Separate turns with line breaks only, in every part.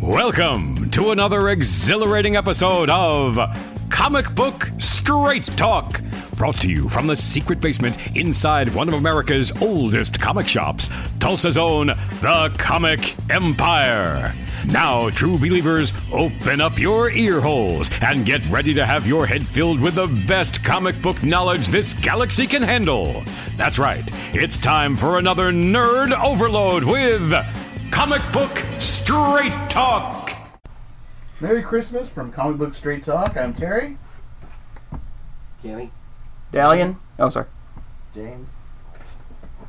Welcome to another exhilarating episode of Comic Book Straight Talk, brought to you from the secret basement inside one of America's oldest comic shops, Tulsa's own The Comic Empire. Now, true believers, open up your ear holes and get ready to have your head filled with the best comic book knowledge this galaxy can handle. That's right, it's time for another nerd overload with Comic Book Straight Talk.
Merry Christmas from Comic Book Straight Talk. I'm Terry.
Kenny,
Dalian. Oh, sorry.
James,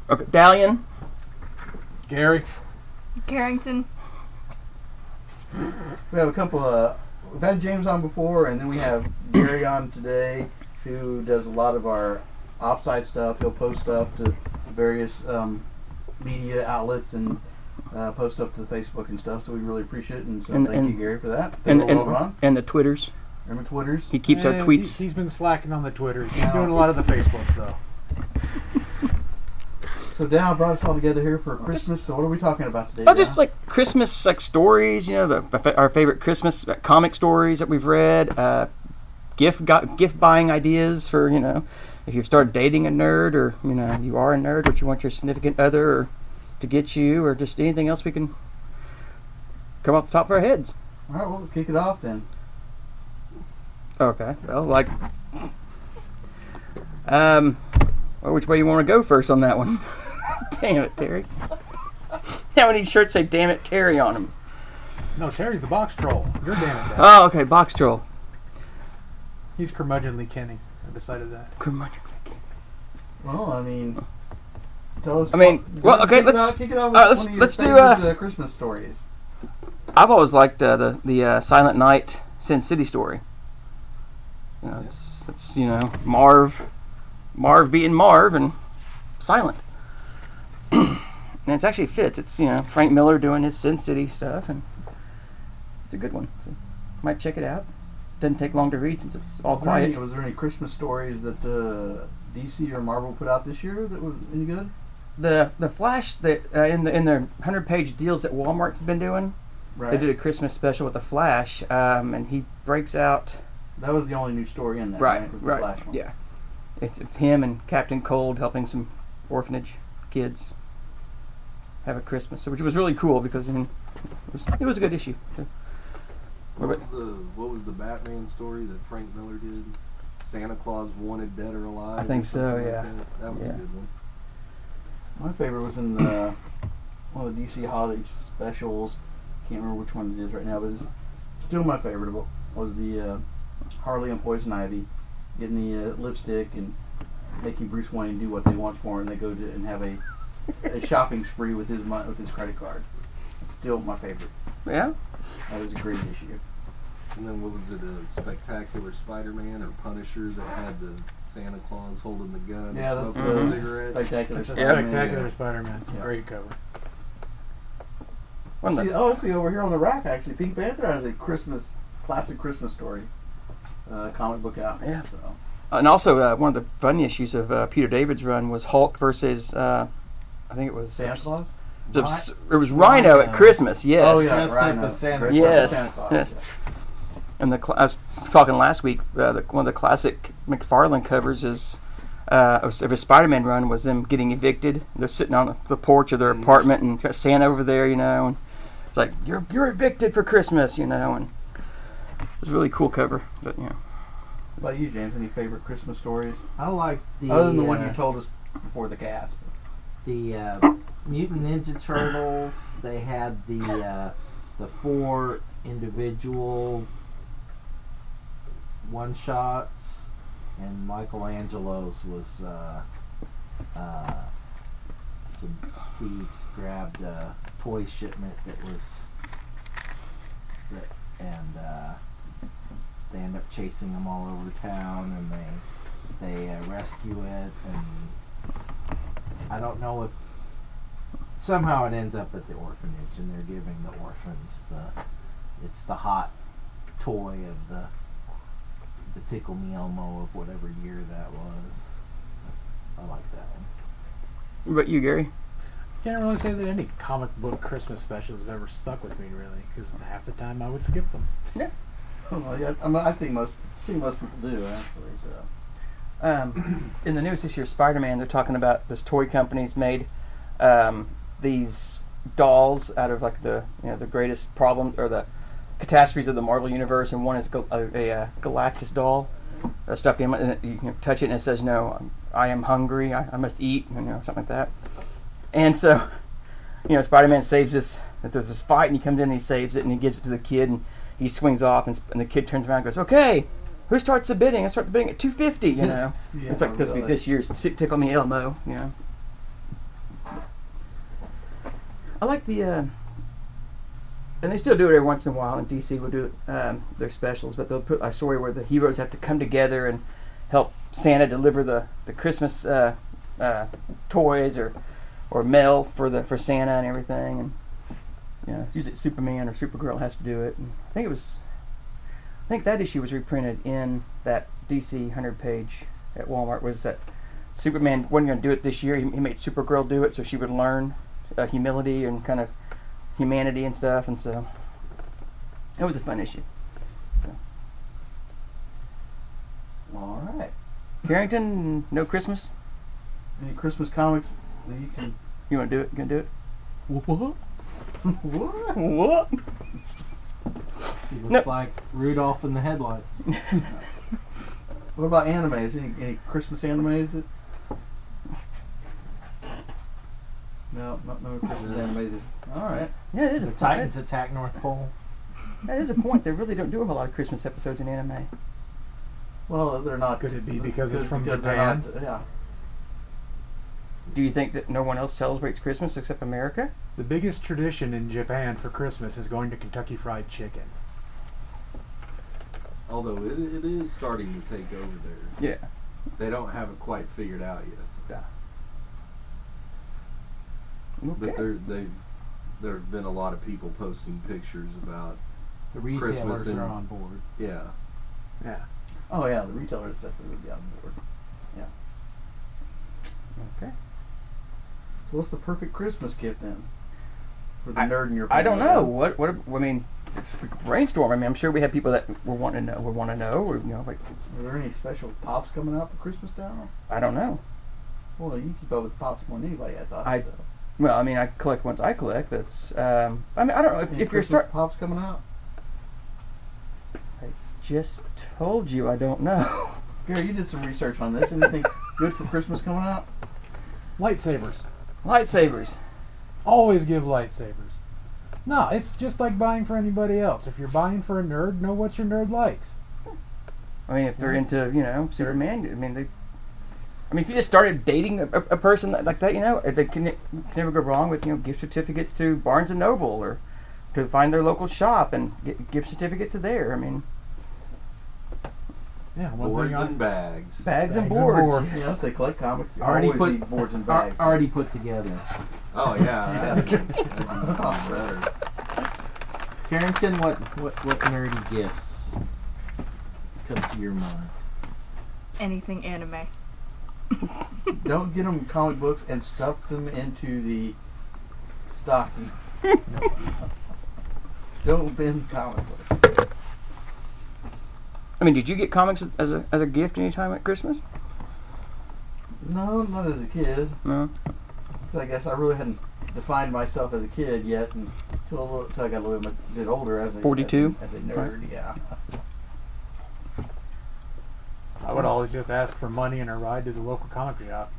Okay, Dalian.
Gary.
Carrington.
We have a couple of. We've had James on before, and then we have Gary on today, who does a lot of our offsite stuff. He'll post stuff to various um, media outlets and uh, post stuff to the Facebook and stuff. So we really appreciate it, and so
And-
thank you,
and-
Gary, for that.
And
Thank you,
and,
Ron.
and the Twitters.
Remember Twitters.
He keeps our
Eh,
tweets.
He, has been slacking on the Twitter. He's
No.
doing a lot of the Facebooks though.
So Dow brought us all together here for Christmas. So what are we talking about today?
Oh, just
Dow?
like Christmas like stories, you know, the, our favorite Christmas uh, comic stories that we've read, uh, gift got, gift buying ideas for you know, if you start dating a nerd or you know you are a nerd, what you want your significant other or to get you, or just anything else we can come off the top of our heads.
all right, we'll kick it off then.
Okay, well, like, um, well, which way you want to go first on that one? damn it, Terry. How many shirts say "Damn it, Terry" on them?
No, Terry's the box troll. You're damn it. Dad.
Oh, okay, box troll.
He's curmudgeonly Kenny. I decided that.
Curmudgeon.
Well, I mean. Tell us
I mean,
what-
well, okay,
kick it
let's-
off- kick it off
all
with
right, let's-
one of your
let's do,
favorite, uh, Christmas stories.
I've always liked uh, the the uh, Silent Night, Sin City story. You know, it's it's you know Marv, Marv beating Marv and Silent. and it actually fits. It's you know Frank Miller doing his Sin City stuff, and it's a good one. So might check it out. Doesn't take long to read since it's all
Was there, any,
quiet.
was there any Christmas stories that uh, DC or Marvel put out this year that was any good?
The the Flash that uh, in the in their hundred page deals that Walmart's been doing,
Right.
they did a Christmas special with the Flash, um, and he breaks out.
That was the only new story in that.
Right,
Was the
right,
Flash one.
yeah. It's, it's him and Captain Cold helping some orphanage kids have a Christmas, which was really cool because I mean, it was, it was a good issue. So, what
What
about-
was, the, what was the Batman story that Frank Miller did? Santa Claus wanted dead or alive.
I think
or something
so,
like
yeah.
that. That was
Yeah.
a good one.
My favorite was in the, one of the DC holiday specials. Can't remember which one it is right now, but it's still my favorite. of all- Was the uh, Harley and Poison Ivy getting the uh, lipstick and making Bruce Wayne do what they want for him. They go to and have a, a shopping spree with his mon- with his credit card. Still my favorite.
yeah,
That was a great issue.
And then what was it? A spectacular Spider-Man or Punisher that had the Santa Claus holding the gun,
Yeah,
and
that's uh,
smoking a cigarette.
spectacular.
That's a
Spider-Man.
spectacular Spider-Man. It's a
Yeah.
Great cover.
one of
See,
the,
oh, see over here on the rack, actually, Pink Panther has a Christmas classic Christmas story uh, comic book out.
Yeah.
So.
and also uh, one of the fun issues of uh, Peter David's run was Hulk versus uh, I think it was
Santa Claus.
the- it was Rhino, at
Rhino.
Christmas. Yes.
Oh yeah,
Dressed up
Rhino.
as
Dressed
Santa
up
Claus.
as
Yes,
Santa Claus,
yes. And the cl- I was talking last week. Uh, the, one of the classic McFarlane covers is uh, of of his Spider-Man run was them getting evicted. They're sitting on the porch of their apartment, and got Santa over there, you know, and it's like you're you're evicted for Christmas, you know, and it was a really cool cover. But you know,
What about you, James? Any favorite Christmas stories
I like the
other than the one
uh,
you told us before the cast?
the uh, Mutant Ninja Turtles. They had the uh, the four individual one shots, and Michelangelo's was uh, uh, some thieves grabbed a toy shipment that was that, and uh, they end up chasing them all over town, and they they uh, rescue it and. I don't know if somehow it ends up at the orphanage and they're giving the orphans the it's the hot toy of the the tickle me elmo of whatever year that was. I like that one.
what about you, Gary?
Can't really say that any comic book Christmas specials have ever stuck with me, really, because half the time I would skip them.
Well, yeah, I, mean, I think most I think most people do actually. So
Um, in the news this year, Spider-Man, they're talking about this toy company's made um, these dolls out of like the you know the greatest problem or the catastrophes of the Marvel universe, and one is gal- a, a, uh Galactus doll uh, stuffed in, and it- you can touch it, and it says, "No, I'm- I am hungry. I, I must eat," and, you know, something like that. And so, you know, Spider-Man saves this. that There's this fight, and he comes in and he saves it, and he gives it to the kid, and he swings off, and, sp- and the kid turns around and goes, "Okay." Who starts the bidding? I start the bidding at 250, you know.
yeah,
It's like this
really.
this year's Tick- Tickle Me Elmo, you know. I like the, uh, and they still do it every once in a while. And DC will do um, their specials, but they'll put a story where the heroes have to come together and help Santa deliver the the Christmas uh, uh, toys or or mail for the for Santa and everything. And you know, it's usually Superman or Supergirl has to do it. And I think it was, I think that issue was reprinted in that DC hundred page at Walmart was that Superman wasn't going to do it this year. He, he made Supergirl do it so she would learn uh, humility and kind of humanity and stuff. And so it was a fun issue.
all right.
Carrington, no Christmas.
Any Christmas comics that you can?
You want to do it? You gonna do it? What?
What?
What?
He looks
No.
like Rudolph in the headlights.
What about animes? Any, any Christmas animes that? No, not no Christmas animes. that- All right.
Yeah, it is
The
a
Titans attack North Pole.
That is a point. They really don't do a whole lot of Christmas episodes in anime.
Well, they're not.
Could it be because it's from
because they're
Japan?
Not, yeah.
Do you think that no one else celebrates Christmas except America?
The biggest tradition in Japan for Christmas is going to Kentucky Fried Chicken.
Although it, it is starting to take over there.
Yeah.
They don't have it quite figured out yet. But
Okay.
there they've there have been a lot of people posting pictures about
The retailers
Christmas and-
are on board.
yeah.
Oh yeah, the retailers definitely would be on board. Yeah.
Okay.
So what's the perfect Christmas gift then? For the
I-
nerd in your
I don't
family?
know what what I mean. Brainstorm. I mean, I'm sure we have people that were wanting to know. We want to know. Or, you know, like
Are there any special pops coming out for Christmas down?
I don't know.
Well, you keep up with pops more than anybody. I thought.
I-
so.
Well, I mean, I collect ones I collect. That's. Um, I mean, I don't know if,
Any
if you're
Christmas
start.
pops coming out.
Just told you I don't know.
Gary, you did some research on this. Anything good for Christmas coming out?
Lightsabers.
Lightsabers.
Always give lightsabers. No, it's just like buying for anybody else. If you're buying for a nerd, know what your nerd likes.
I mean, if they're into you know Superman, I mean they. I mean, if you just started dating a, a a person that- like that, you know, they can, can never go wrong with you know gift certificates to Barnes and Noble or to find their local shop and get gift certificate to there. I mean,
Yeah, one
Boards
thing I,
and bags.
bags, and
Bags and
boards.
boards.
Yeah, if they collect comics, you
Already
always
put-
need boards and
Ar-
bags.
already put together.
Oh yeah. that'd be- that'd be
Yeah.
better.
Carrington, what what what nerdy gifts come to your mind?
Anything anime.
Don't get them comic books and stuff them into the stocking. Don't bend comic books.
I mean, did you get comics as- as a as a gift anytime at Christmas?
No, not as a kid.
No.
'Cause I guess I really hadn't defined myself as a kid yet until, a little, until I got a little bit, bit older as a
42?
As, a- as a nerd, yeah.
I would always just ask for money and a ride to the local comic shop.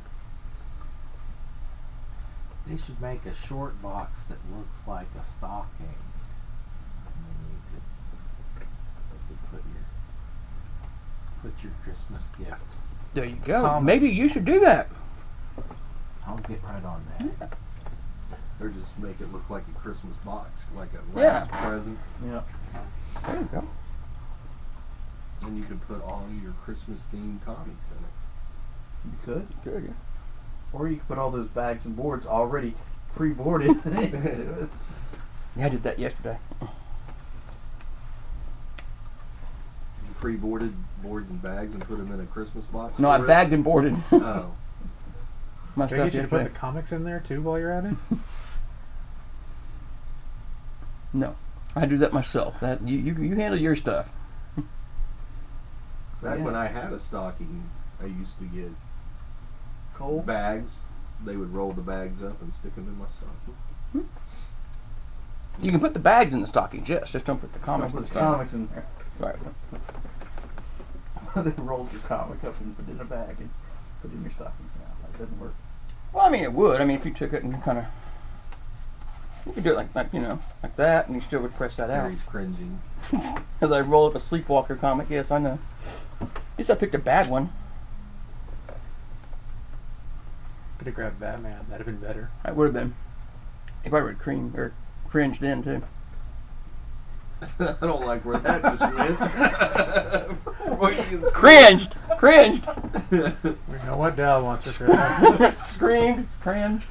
They should make a short box that looks like a stocking. And then you could, you could put your put your Christmas gift.
There you go.
Comics.
Maybe you should do that.
I'll get right on that.
Or just make it look like a Christmas box, like a
Yeah.
wrapped present.
Yeah.
There you go.
And you could put all your Christmas themed comics in it.
You could.
There you go.
Or you could put all those bags and boards already pre boarded into it.
Yeah, I did that yesterday.
You pre-boarded boards and bags and put them in a Christmas box.
No, I
for us?
bagged and boarded.
Oh,
My
Did I
stuff
get you to put
yesterday.
the comics in there too while you're at it?
No, I do that myself. That you, you, you handle your stuff.
Back
Yeah.
when I had a stocking, I used to get
Cold.
bags. They would roll the bags up and stick them in my stocking.
You can put the bags in the stockings, yes. Just don't put the
I'm gonna
comics in
put
the
the
stockings.
comics in there.
Right.
they rolled your comic up and put it in a bag and put it in your stocking. Yeah, that doesn't work.
Well, I mean, it would. I mean, if you took it and kind of, you could do it like, like you know, like that, and you still would press that out.
Terry's cringing.
Because I roll up a Sleepwalker comic. Yes, I know. At least I picked a bad one.
Could have grabbed Batman. That'd have been better.
That would have been. He probably would cream or cringed in too.
I don't like where that just went. what you
Cringed, cringed,
We know what Dell wants us to
screamed, cringed.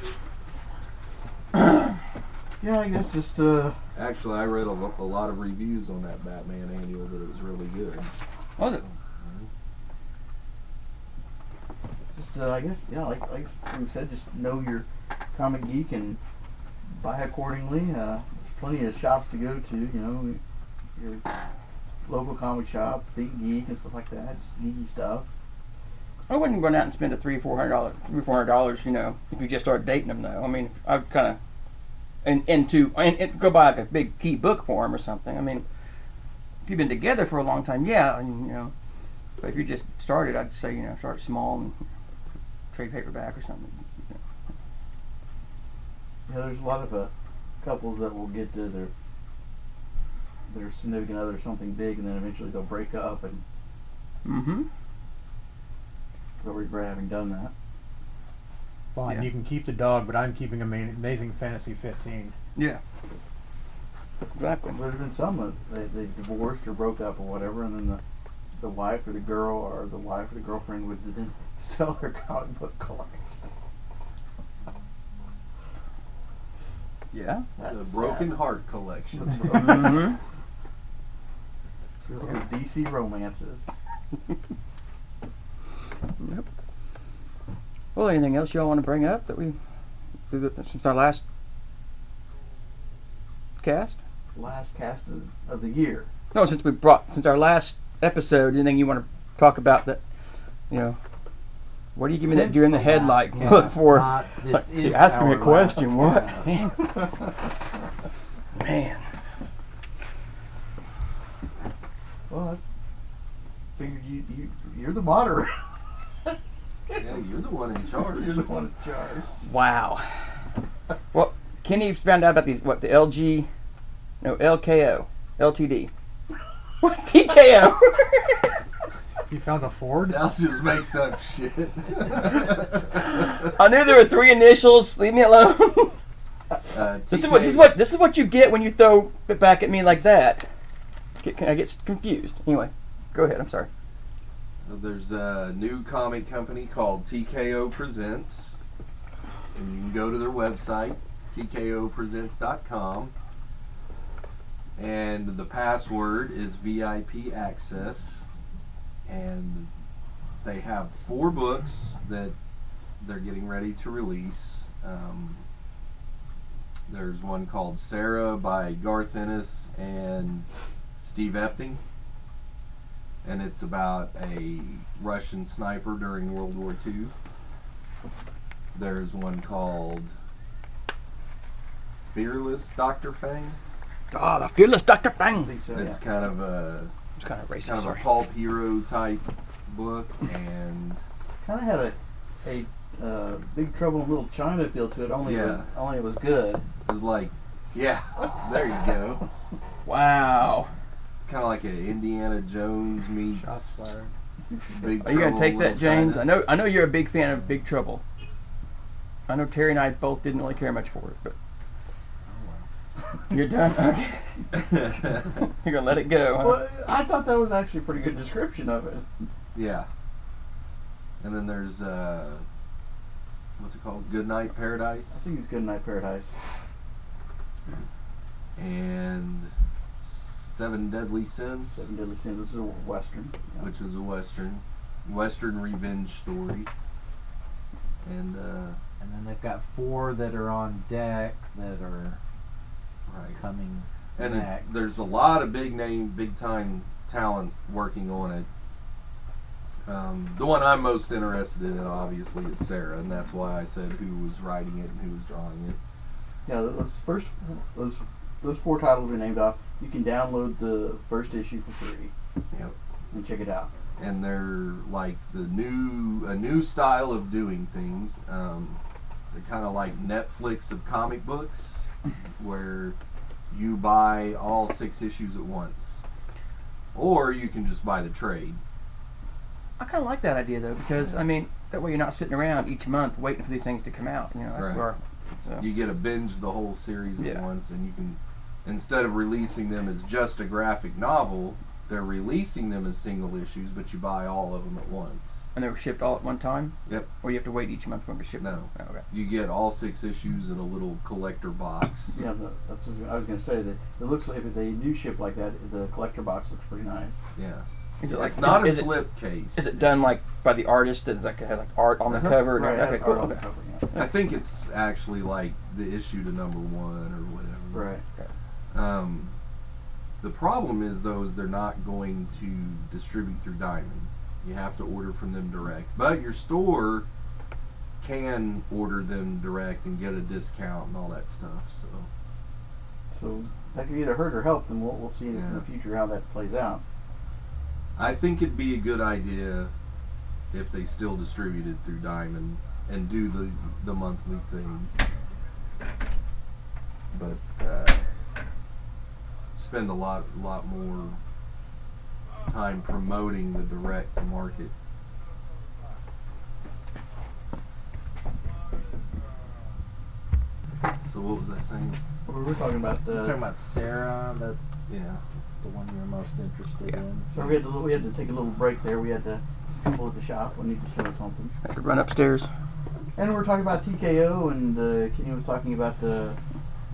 Yeah, I guess just uh,
Actually, I read a, lo- a lot of reviews on that Batman annual that it was really good.
Was it?
just uh, I guess yeah, like like we said, just know your comic geek and buy accordingly. Uh, there's plenty of shops to go to. You know, your local comic shop, Think Geek, and stuff like that. Just geeky stuff.
I wouldn't run out and spend a three, four hundred dollars, three, four hundred dollars. You know, if you just start dating them, though. I mean, I'd kind of and into and, and go buy like a big key book for them or something. I mean, if you've been together for a long time, yeah, I mean, you know. But if you just started, I'd say you know start small and trade paperback or something.
Yeah, there's a lot of uh, couples that will get to their their significant other something big, and then eventually they'll break up, and
Mm-hmm.
they'll regret having done that.
Fine,
Yeah.
you can keep the dog, but I'm keeping Ama- Amazing Fantasy 15.
Yeah. Exactly.
There's been some that they, they divorced or broke up or whatever, and then the, the wife or the girl or the wife or the girlfriend would then sell her comic book collection.
Yeah.
That's
the Broken
sad.
Heart Collection.
Mm-hmm.
It's really like DC romances.
Yep. Well, anything else y'all want to bring up that we since our last cast?
Last cast of, of the year.
No, since we brought since our last episode, anything you want to talk about that you know? What do you give me that
Since
deer in the,
the
head
last
like
cast,
look for?
not- this
like, you
is
ask me
our
a
last
question. What?
cast.
Man. Man.
Well, I figured you, you, you're the moderator.
yeah, you're the one in charge.
you're the one in charge.
Wow. Well, Kenny found out about these what the LG, no LKO, LTD, what TKO.
You found a Ford?
Now just makes up shit.
I knew there were three initials. Leave me alone.
Uh,
This is
TK
what this is what this is what you get when you throw it back at me like that. Get, I get confused. Anyway, go ahead. I'm sorry.
Uh, There's a new comic company called TKO Presents, and you can go to their website, tkopresents.com, and the password is VIP access, and they have four books that they're getting ready to release. Um, there's one called Sarah by Garth Ennis and Steve Epting and it's about a Russian sniper during World War II. There's one called Fearless Doctor Fang.
Ah, the fearless Doctor
I
Fang.
think so, Oh, yeah.
That's kind of a
It's kind of racist.
kind of a
sorry.
pulp hero type book, and
Kind of had a, a uh, Big Trouble in Little China feel to it, only, it was,
Yeah.
only it was good.
it's like, yeah, there you go.
Wow.
It's kind of like an Indiana Jones meets
Shots fired.
Big.
Are you gonna
Trouble
take
in
that,
Little
James? I
China.
know. I know you're a big fan of Big Trouble. I know Terry and I both didn't really care much for it, but you're done. Okay. You're gonna let it go. huh?
Well, I thought that was actually a pretty good description of it.
Yeah. And then there's uh, what's it called? Good Night Paradise.
I think it's Good Night Paradise.
and Seven Deadly Sins,
Seven Deadly Sins, which is a western.
which is a western, western revenge story. and uh,
And then they've got four that are on deck that are
right.
coming
And then
next.
there's a lot of big name, big time talent working on it. Um, the one I'm most interested in, obviously, is Sarah, and that's why I said who was writing it and who was drawing it.
Yeah, th- those first those those four titles we named off. You can download the first issue for free.
Yep.
And check it out.
and they're like the new a new style of doing things. Um, they're kind of like Netflix of comic books, where you buy all six issues at once, or you can just buy the trade.
I kind of like that idea though because I mean that way you're not sitting around each month waiting for these things to come out. You know, like
Right.
or- so.
You get a binge the whole series at
Yeah.
once, and you can instead of releasing them as just a graphic novel, they're releasing them as single issues, but you buy all of them at once.
and they were shipped all at one time.
Yep.
Or you have to wait each month for them to ship.
No.
Oh, okay.
You get all six issues in a little collector box.
Yeah, the, that's just, I was gonna say that it looks like if they do ship like that, the collector box looks pretty nice.
Yeah.
Is it like
it's not
is,
a
it-
slip case.
is it done like by the artist? Does like have like art on the cover? and
Uh-huh. Right,
everything?
that's
okay, cool.
art on the
okay.
cover, yeah.
I think it's actually like the issue to number one or whatever.
Right.
Um, the problem is though is they're not going to distribute through Diamond. You have to order from them direct, but your store can order them direct and get a discount and all that stuff. So
So that could either hurt or help, and we'll, we'll see in
Yeah.
the future how that plays out.
I think it'd be a good idea if they still distributed through Diamond and do the the monthly thing. But uh, spend a lot lot more time promoting the direct to market. So what was I saying?
We were talking about
You're talking
the.
about Sarah, the,
Yeah.
the one you're most interested
Yeah.
in.
So we had to we had to take a little break there. We had to some people at the shop wanted to show us something,
Have to run upstairs.
and we we're talking about TKO, and uh, Kenny was talking about the,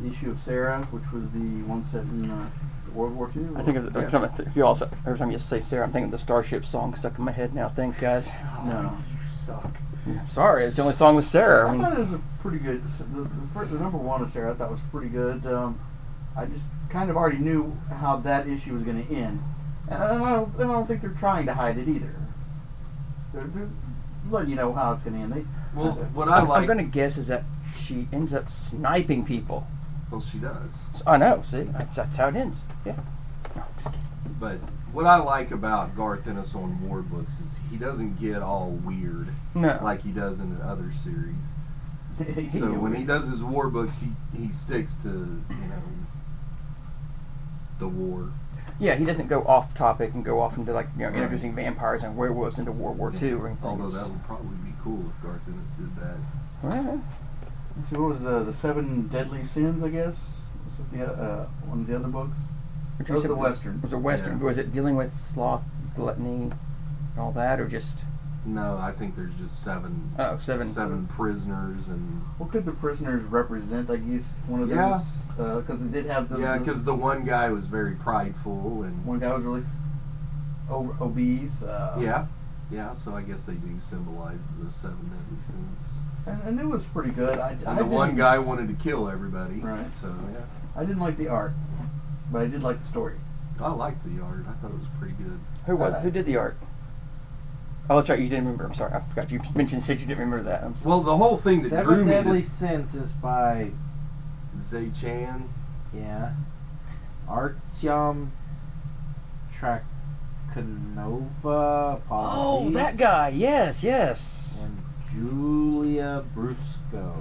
the issue of Sarah, which was the one set in uh, World War II.
I think of the, every time I th- you also every time you say Sarah, I'm thinking of the Starship song stuck in my head now. Thanks, guys.
no, you suck.
I'm sorry, it's the only song with Sarah. I
I
mean,
thought it was a pretty good. The, the, first, the number one of Sarah, I thought was pretty good. Um, I just kind of already knew how that issue was going to end, and I, I don't, and I don't think they're trying to hide it either. They're, they're letting you know how it's going to end. They,
Well, what I
I'm, I'm
like.
gonna guess is that she ends up sniping people.
well, she does.
So, I know. See, that's, that's how it ends. Yeah. No, I'm just kidding.
But what I like about Garth Ennis on war books is he doesn't get all weird
No.
like he does in the other series.
they
So when he does his war books, he, he sticks to, you know, the war.
Yeah, he doesn't go off topic and go off into like you know
Right.
introducing vampires and werewolves into World War II or anything.
Although
It's-
that would probably be cool if Garth Ennis did that.
Well,
Let's see, what was uh, the seven deadly sins? I guess was it the uh, one of the other books?
which
That was the western.
Was a western?
Yeah.
Was it dealing with sloth, gluttony, and all that, or just
No, I think there's just seven
oh seven?
seven prisoners and
What could the prisoners represent? I guess one of
Yeah.
those because they did have the
yeah,
the-
because the one guy was very prideful and
one guy was really o- obese. Uh,
yeah, yeah. So I guess they do symbolize the seven deadly sins.
and, and it was pretty good. I, I
And the one
didn't-
guy wanted to kill everybody.
Right.
So yeah.
I didn't like the art, but I did like the story.
I liked the art. I thought it was pretty good.
Who was
Uh,
who did the art? Oh, that's right. You didn't remember. I'm sorry. I forgot. You mentioned said you didn't remember that. I'm sorry.
Well, the whole thing that drew
Seven
me
Deadly
to
Sins is by
Zay Chan.
yeah, Artyom Trakanova.
Oh,
apologies,
that guy. Yes, yes.
And Julia Brusco.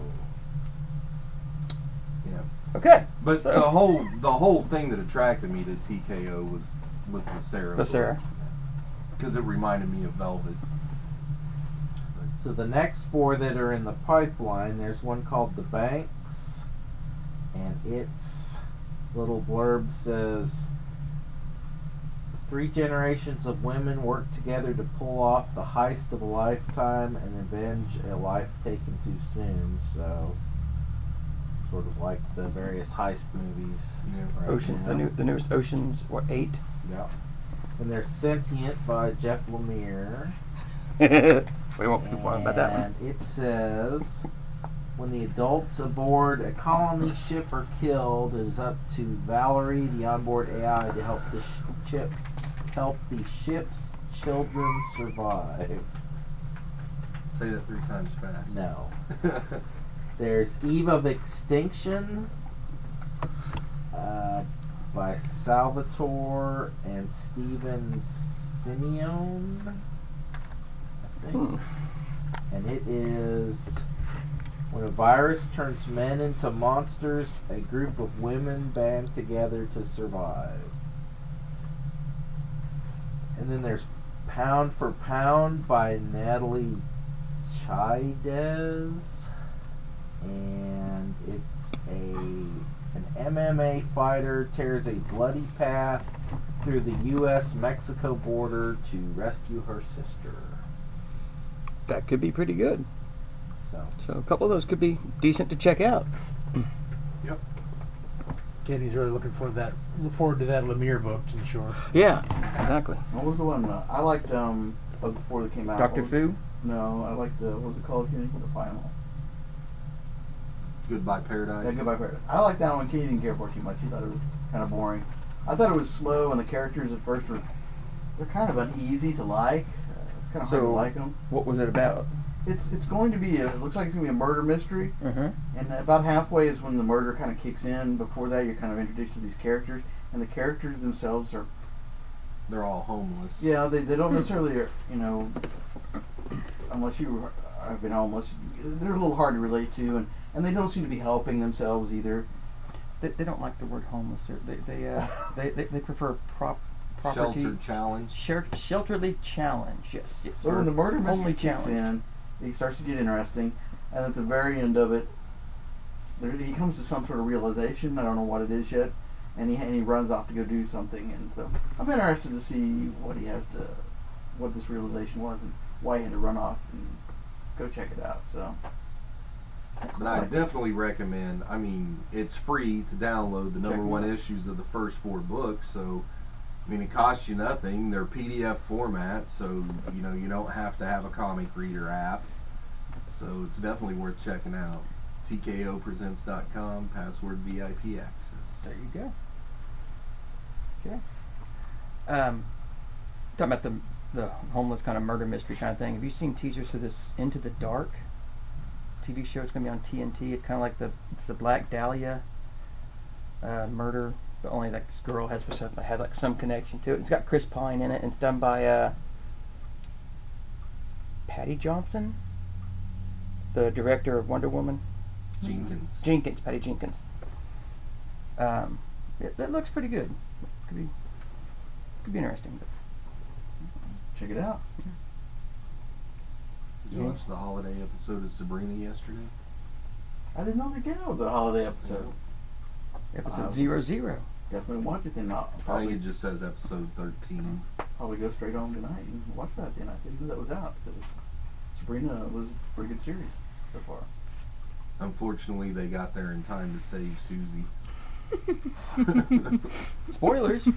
Okay,
But
So-
the whole the whole thing that attracted me to TKO was was the Sarah.
the Sarah.
Because it reminded me of Velvet.
So the next four that are in the pipeline, there's one called The Banks, and its little blurb says three generations of women work together to pull off the heist of a lifetime and avenge a life taken too soon. So sort of like the various heist movies.
Yeah.
right
Ocean. The
now.
new the newest Oceans. What eight?
Yeah. And they're sentient by Jeff Lemire.
we won't be worried about that one.
And it says when the adults aboard a colony ship are killed, it is up to Valerie, the onboard AI, to help the sh- ship help the ship's children survive.
Say that three times fast.
No. There's Eve of Extinction uh, by Salvatore and Stephen Simeone, I think. And it is when a virus turns men into monsters, a group of women band together to survive. And then there's Pound for Pound by Natalie Chides, and it's a an MMA fighter tears a bloody path through the U.S. Mexico border to rescue her sister.
That could be pretty good.
So
So a couple of those could be decent to check out.
Katie's really looking forward to that. Look forward to that Lemire book, I'm sure.
Yeah, exactly.
What was the one? Uh, I liked um uh, before they came out.
Doctor
what was-
Fu.
No, I liked the what was it called? Kenny the final.
Goodbye Paradise.
Yeah, Goodbye Paradise. I liked that one. Kenny didn't care for it too much. He thought it was kind of boring. I thought it was slow, and the characters at first were they're kind of uneasy to like. Uh, it's kind of hard to
So-
like them.
What was it about?
It's it's going to be a, it looks like it's gonna be a murder mystery.
Uh-huh.
And about halfway is when the murder kind of kicks in. Before that, you're kind of introduced to these characters, and the characters themselves are
They're all homeless.
yeah they, they don't necessarily are, you know unless you have been homeless they're a little hard to relate to, and and they don't seem to be helping themselves either.
They, they don't like the word homeless. Or they they, uh, they, they they prefer prop property
Shelter challenge.
Sher- shelterly challenge. Yes, yes.
So when the murder mystery
Only
kicks
challenge.
in, it starts to get interesting, and at the very end of it, there, he comes to some sort of realization. I don't know what it is yet, and he and he runs off to go do something. And so I'm interested to see what he has to, what this realization was, and why he had to run off and go check it out. So
But I definitely recommend. I mean, it's free to download the number
Check 'em
one
out.
issues of the first four books. So, I mean, it costs you nothing. They're PDF format, so you know you don't have to have a comic reader app. So it's definitely worth checking out. TKOpresents.com password VIP access.
There you go. Okay. Um, talking about the the homeless kind of murder mystery kind of thing. Have you seen teasers for this Into the Dark TV show? It's going to be on TNT. It's kind of like the it's the Black Dahlia uh, murder, but only like this girl has has like some connection to it. It's got Chris Pine in it. And it's done by uh, Patty Johnson, the director of Wonder Woman.
Jenkins.
Jenkins, Patty Jenkins. Um, it, that looks pretty good. Could be, could be interesting.
check it out.
Did you watch the holiday episode of Sabrina yesterday?
I didn't know they came out with the holiday episode.
Episode
Um,
zero zero.
Definitely watch it then. I'll
I think
probably
it just says episode 13.
probably go straight home tonight and watch that. Then I didn't know that was out because Sabrina was a pretty good series so far.
Unfortunately, they got there in time to save Susie.
Spoilers.
I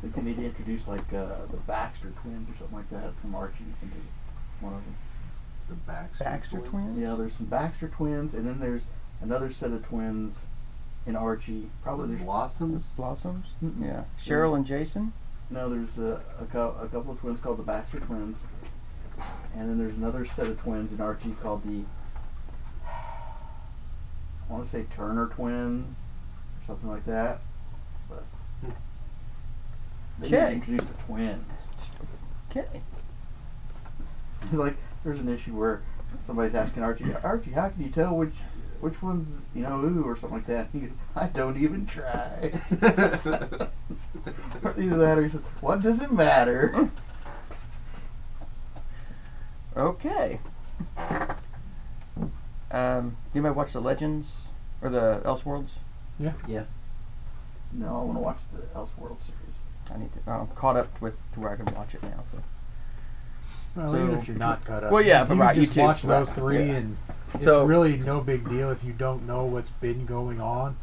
think they need to introduce like uh, the Baxter twins or something like that from Archie. I think is one of them.
The Baxter,
Baxter twins.
Yeah, there's some Baxter twins, and then there's another set of twins in Archie. Probably
The
there's
Blossoms.
Blossoms.
Mm-mm.
Yeah. Cheryl and Jason.
no, there's a, a, cou- a couple of twins called the Baxter twins, and then there's another set of twins in Archie called the I want to say Turner twins or something like that. But they need to
Okay.
introduce the twins.
Okay.
He's like, there's an issue where somebody's asking Archie, Archie, how can you tell which which one's you know who or something like that? He goes, I don't even try. Or Either that, or he says, what does it matter?
Okay. Um, you might watch the Legends or the Elseworlds.
yes,
no, I want to watch the Elseworld series.
I need to. I'm caught up with to where I can watch it now. So.
Well,
So-
even if you're not cut up.
Well, yeah,
you
but
can
right, you
just
too.
watch those
Right,
three,
yeah.
and it's
So-
really no big deal if you don't know what's been going on.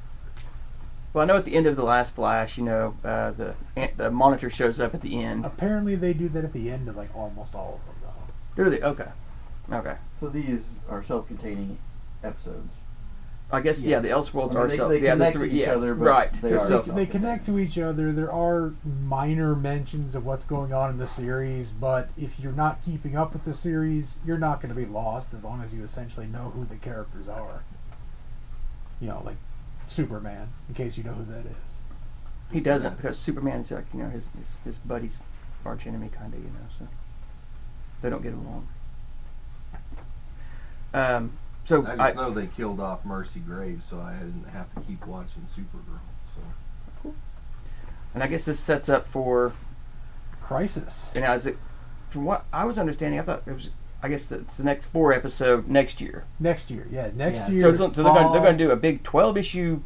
Well, I know at the end of the last flash, you know, uh, the an- the monitor shows up at the
Oh.
end.
Apparently, they do that at the end of like almost all of them, though.
Do they? Okay, okay.
So these are self-containing episodes.
I guess yeah, the
Yes.
Elseworlds
I mean,
are
they-
self.
they
yeah, the
connect
three.
to each
yes,
other, but
right.
they
They're
are
So
self-
self-
they connect to each other. There are minor mentions of what's going on in the series, but if you're not keeping up with the series, you're not going to be lost as long as you essentially know who the characters are. You know, like Superman, in case you know who that is.
he doesn't because Superman is like you know his his, his buddy's arch enemy kind of you know so they don't get along. Um. So
I
I-
just know they killed off Mercy Graves, so I didn't have to keep watching Supergirl. So
and I guess this sets up for
Crisis.
And now, is it from what I was understanding? I thought it was. I guess it's the next four episode next year.
Next year, yeah, next
Yeah,
year.
So, it's, so they're going
fall-
they're going to do a big twelve issue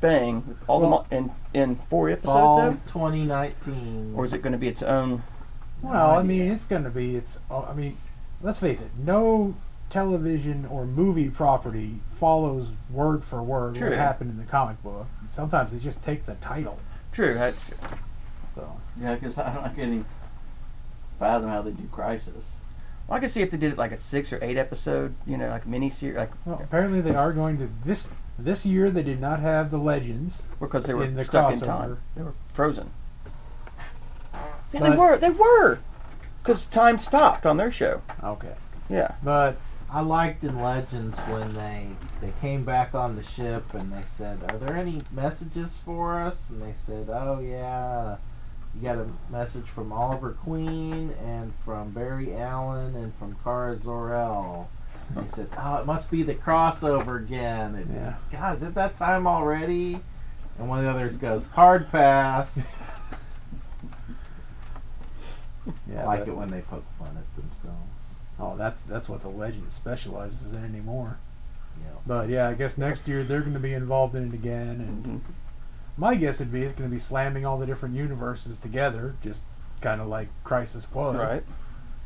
thing with all
Well-
the mo- in in four episodes,
Fall
of?
2019.
or is it going to be its own?
Well,
No
I mean,
idea.
it's going to be. It's. uh, I mean, let's face it. No television or movie property follows word for word
True.
what happened in the comic book. Sometimes they just take the title.
True. that's-
So
Yeah, because I, I can't even fathom how they do Crisis.
Well, I could see if they did it like a six or eight episode, you know, like mini series, like
well, apparently they are going to this this year. They did not have the legends.
because they were
In the
stuck in
crossover.
time. They were frozen. Yeah, they
But-
were. They were. Because time stopped on their show.
Okay,
Yeah.
but
I liked in Legends when they they came back on the ship and they said, "Are there any messages for us?" And they said, "Oh yeah, you got a message from Oliver Queen and from Barry Allen and from Kara Zor-El." And they said, "Oh, it must be the crossover again." And,
Yeah.
God, is it that time already? And one of the others goes, "Hard pass." I
yeah,
like
but-
it when they poke fun at themselves.
Oh, that's that's what the legend specializes in anymore.
You know.
But yeah, I guess next year they're going to be involved in it again. And
Mhm.
my guess would be it's going to be slamming all the different universes together, just kind of like Crisis was.
Right.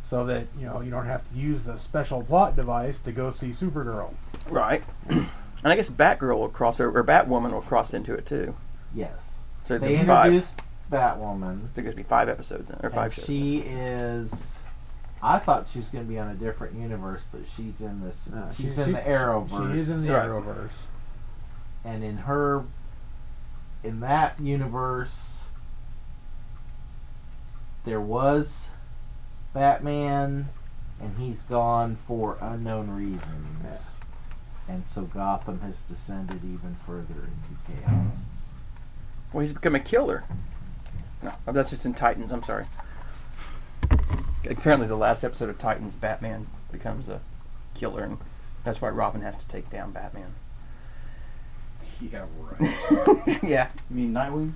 so that you know you don't have to use the special plot device to go see Supergirl.
Right. and I guess Batgirl will cross over, or Batwoman will cross into it too.
Yes.
So it's
They
gonna be five. I
introduced Batwoman,
think it's gonna be five episodes in- or five
and
shows.
she is. I thought she was going to be on a different universe, but she's in this.
Uh,
she's
she-
in the
she-
Arrowverse,
She is in the
Right.
Arrowverse.
and in her, in that universe, there was Batman, and he's gone for unknown reasons, and so Gotham has descended even further into chaos.
well, he's become a killer. No, oh, that's just in Titans. I'm sorry. Apparently, the last episode of Titans, Batman becomes a killer, and that's why Robin has to take down Batman.
yeah, right.
yeah.
You mean Nightwing?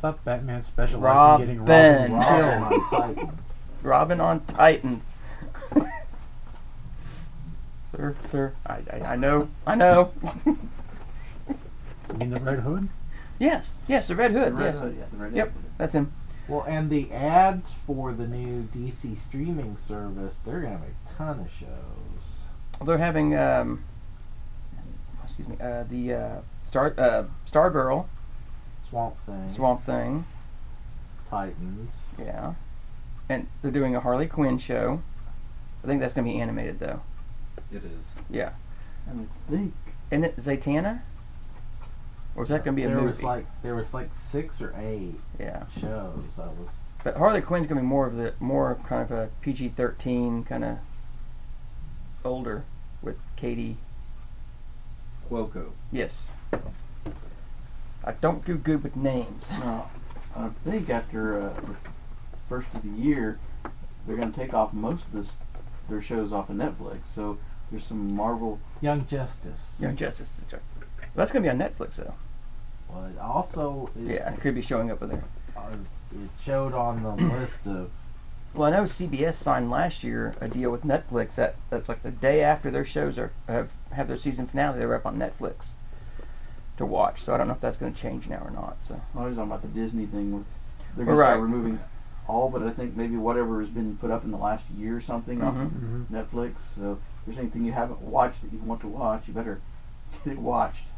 Thought Batman specialized in getting
Robin.
Robin.
Robin on Oh, Titans.
Robin on Titans. sir, sir, I, I, I know, I know.
You mean the Red Hood?
yes, yes, the Red Hood.
The Red
yes,
Hood, yeah. The Red
Yep.
Hood.
that's him.
Well, and the ads for the new DC streaming service, they're going to have a ton of shows.
They're having, um, excuse me, uh, the uh, Star uh, Stargirl,
Swamp Thing,
Swamp Thing,
Titans.
yeah, and they're doing a Harley Quinn show. I think that's going to be animated though.
It is.
And I think
Isn't it Zatanna? Or is that going to be a
there
movie?
was like there was like six or eight
yeah,
shows. I was
but Harley Quinn's going to be more of the more kind of a PG thirteen kind of older with Katie.
Cuoco.
Yes, I don't do good with names.
Now, I think after uh, the first of the year, they're going to take off most of this their shows off of Netflix. So there's some Marvel.
Young Justice.
Young Justice. That's right. That's going to be on Netflix though.
Well, it also it,
Yeah, it could be showing up over there.
uh, it showed on the list of
Well, I know CBS signed last year a deal with Netflix that that's like the day after their shows are have, have their season finale, they're up on Netflix to watch. So I don't know if that's going to change now or not. So
I was talking about the Disney thing with they're going to
Right.
start removing all, but I think maybe whatever has been put up in the last year or something off of
Mm-hmm.
Netflix. So if there's anything you haven't watched that you want to watch, you better get it watched.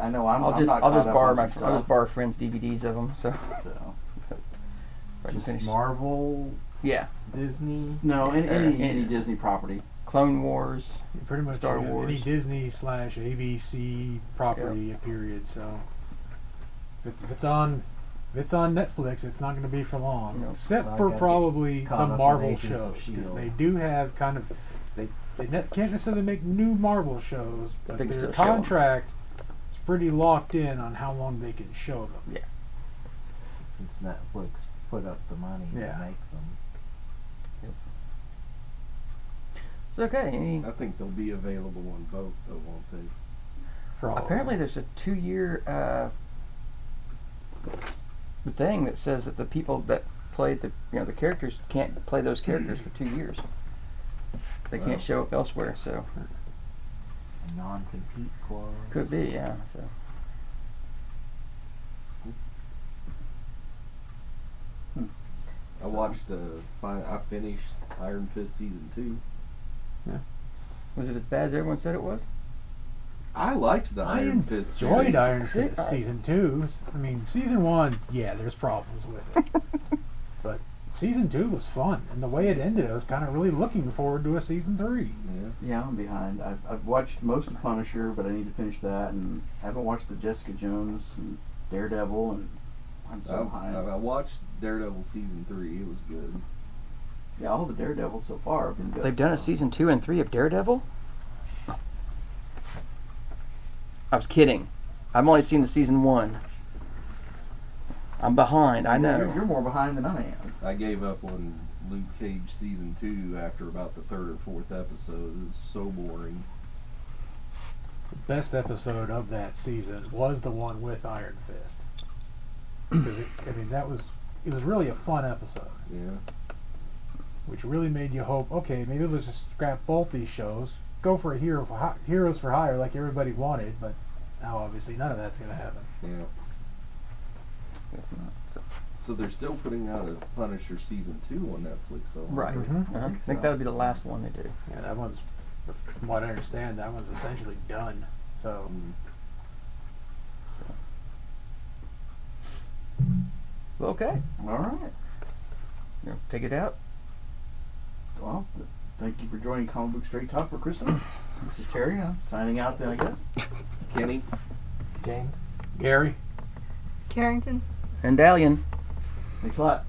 I know I'm.
I'll
I'm
just
not
I'll
caught
just
up
borrow
on
my
some
fr- I'll just
stuff,
borrow friends DVDs of them. So
so.
I can
Just
finish.
Marvel,
Yeah,
Disney.
No, any,
Uh,
any,
yeah.
any Disney property.
Clone Wars.
You pretty much
Star
do any
Wars.
Disney slash ABC property. Period. So if it's, if it's on, if it's on Netflix, it's not going to be for long,
No,
except
so I
for
gotta
probably
get
the
caught up on
Marvel
Agents of
shows 'cause
S.H.I.E.L.D..
they do have kind of they they ne- can't necessarily make new Marvel shows, but
They can
their
still show 'em.
contract is pretty locked in on how long they can show them.
Since Netflix put up the money
Yeah.
to make them.
It's okay. Any,
I think they'll be available on both, though, won't they?
Probably.
apparently, there's a two-year uh, thing that says that the people that played the you know the characters can't play those characters for two years. They
Wow.
can't show up elsewhere. So
A non-compete clause.
could be yeah. So
I watched the. Fi- I finished Iron Fist season two.
was it as bad as everyone said it was?
I liked the
I
Iron Fist.
enjoyed
series.
Iron
They
Fist
are-
season two. I mean, season one, yeah, there's problems with it, but season two was fun, and the way it ended, I was kind of really looking forward to a season three.
Yeah.
Yeah, I'm behind. I've, I've watched most of Punisher, but I need to finish that, and I haven't watched the Jessica Jones and Daredevil, and I'm so behind.
I, I watched Daredevil season three. It was good.
yeah, all the Daredevils so far have been good.
They've done a season two and three of Daredevil. I was kidding. I've only seen the season one. I'm behind. I
You're,
know.
you're more behind than I am.
I gave up on Luke Cage season two after about the third or fourth episode. It was so boring.
The best episode of that season was the one with Iron Fist, because it, I mean that was it was really a fun episode,
Yeah.
which really made you hope. Okay, maybe let's just scrap both these shows, go for a hero for hi- heroes for hire like everybody wanted, but now obviously none of that's going to happen.
Yeah.
So-
So they're still putting out a Punisher season two on Netflix, though. aren't
Right.
they?
Mhm.
Uh-huh. I
think
think
so.
that would be the last one they do.
Yeah, that one's, from what I understand, that one's essentially done. So
Mm.
Well, okay.
All right.
You know, take it out.
Well, th- thank you for joining Comic Book Straight Talk for Christmas. this is Terry. I'm signing out then, I guess.
Kenny.
James.
Gary.
Carrington?
And Dalian.
Thanks a lot.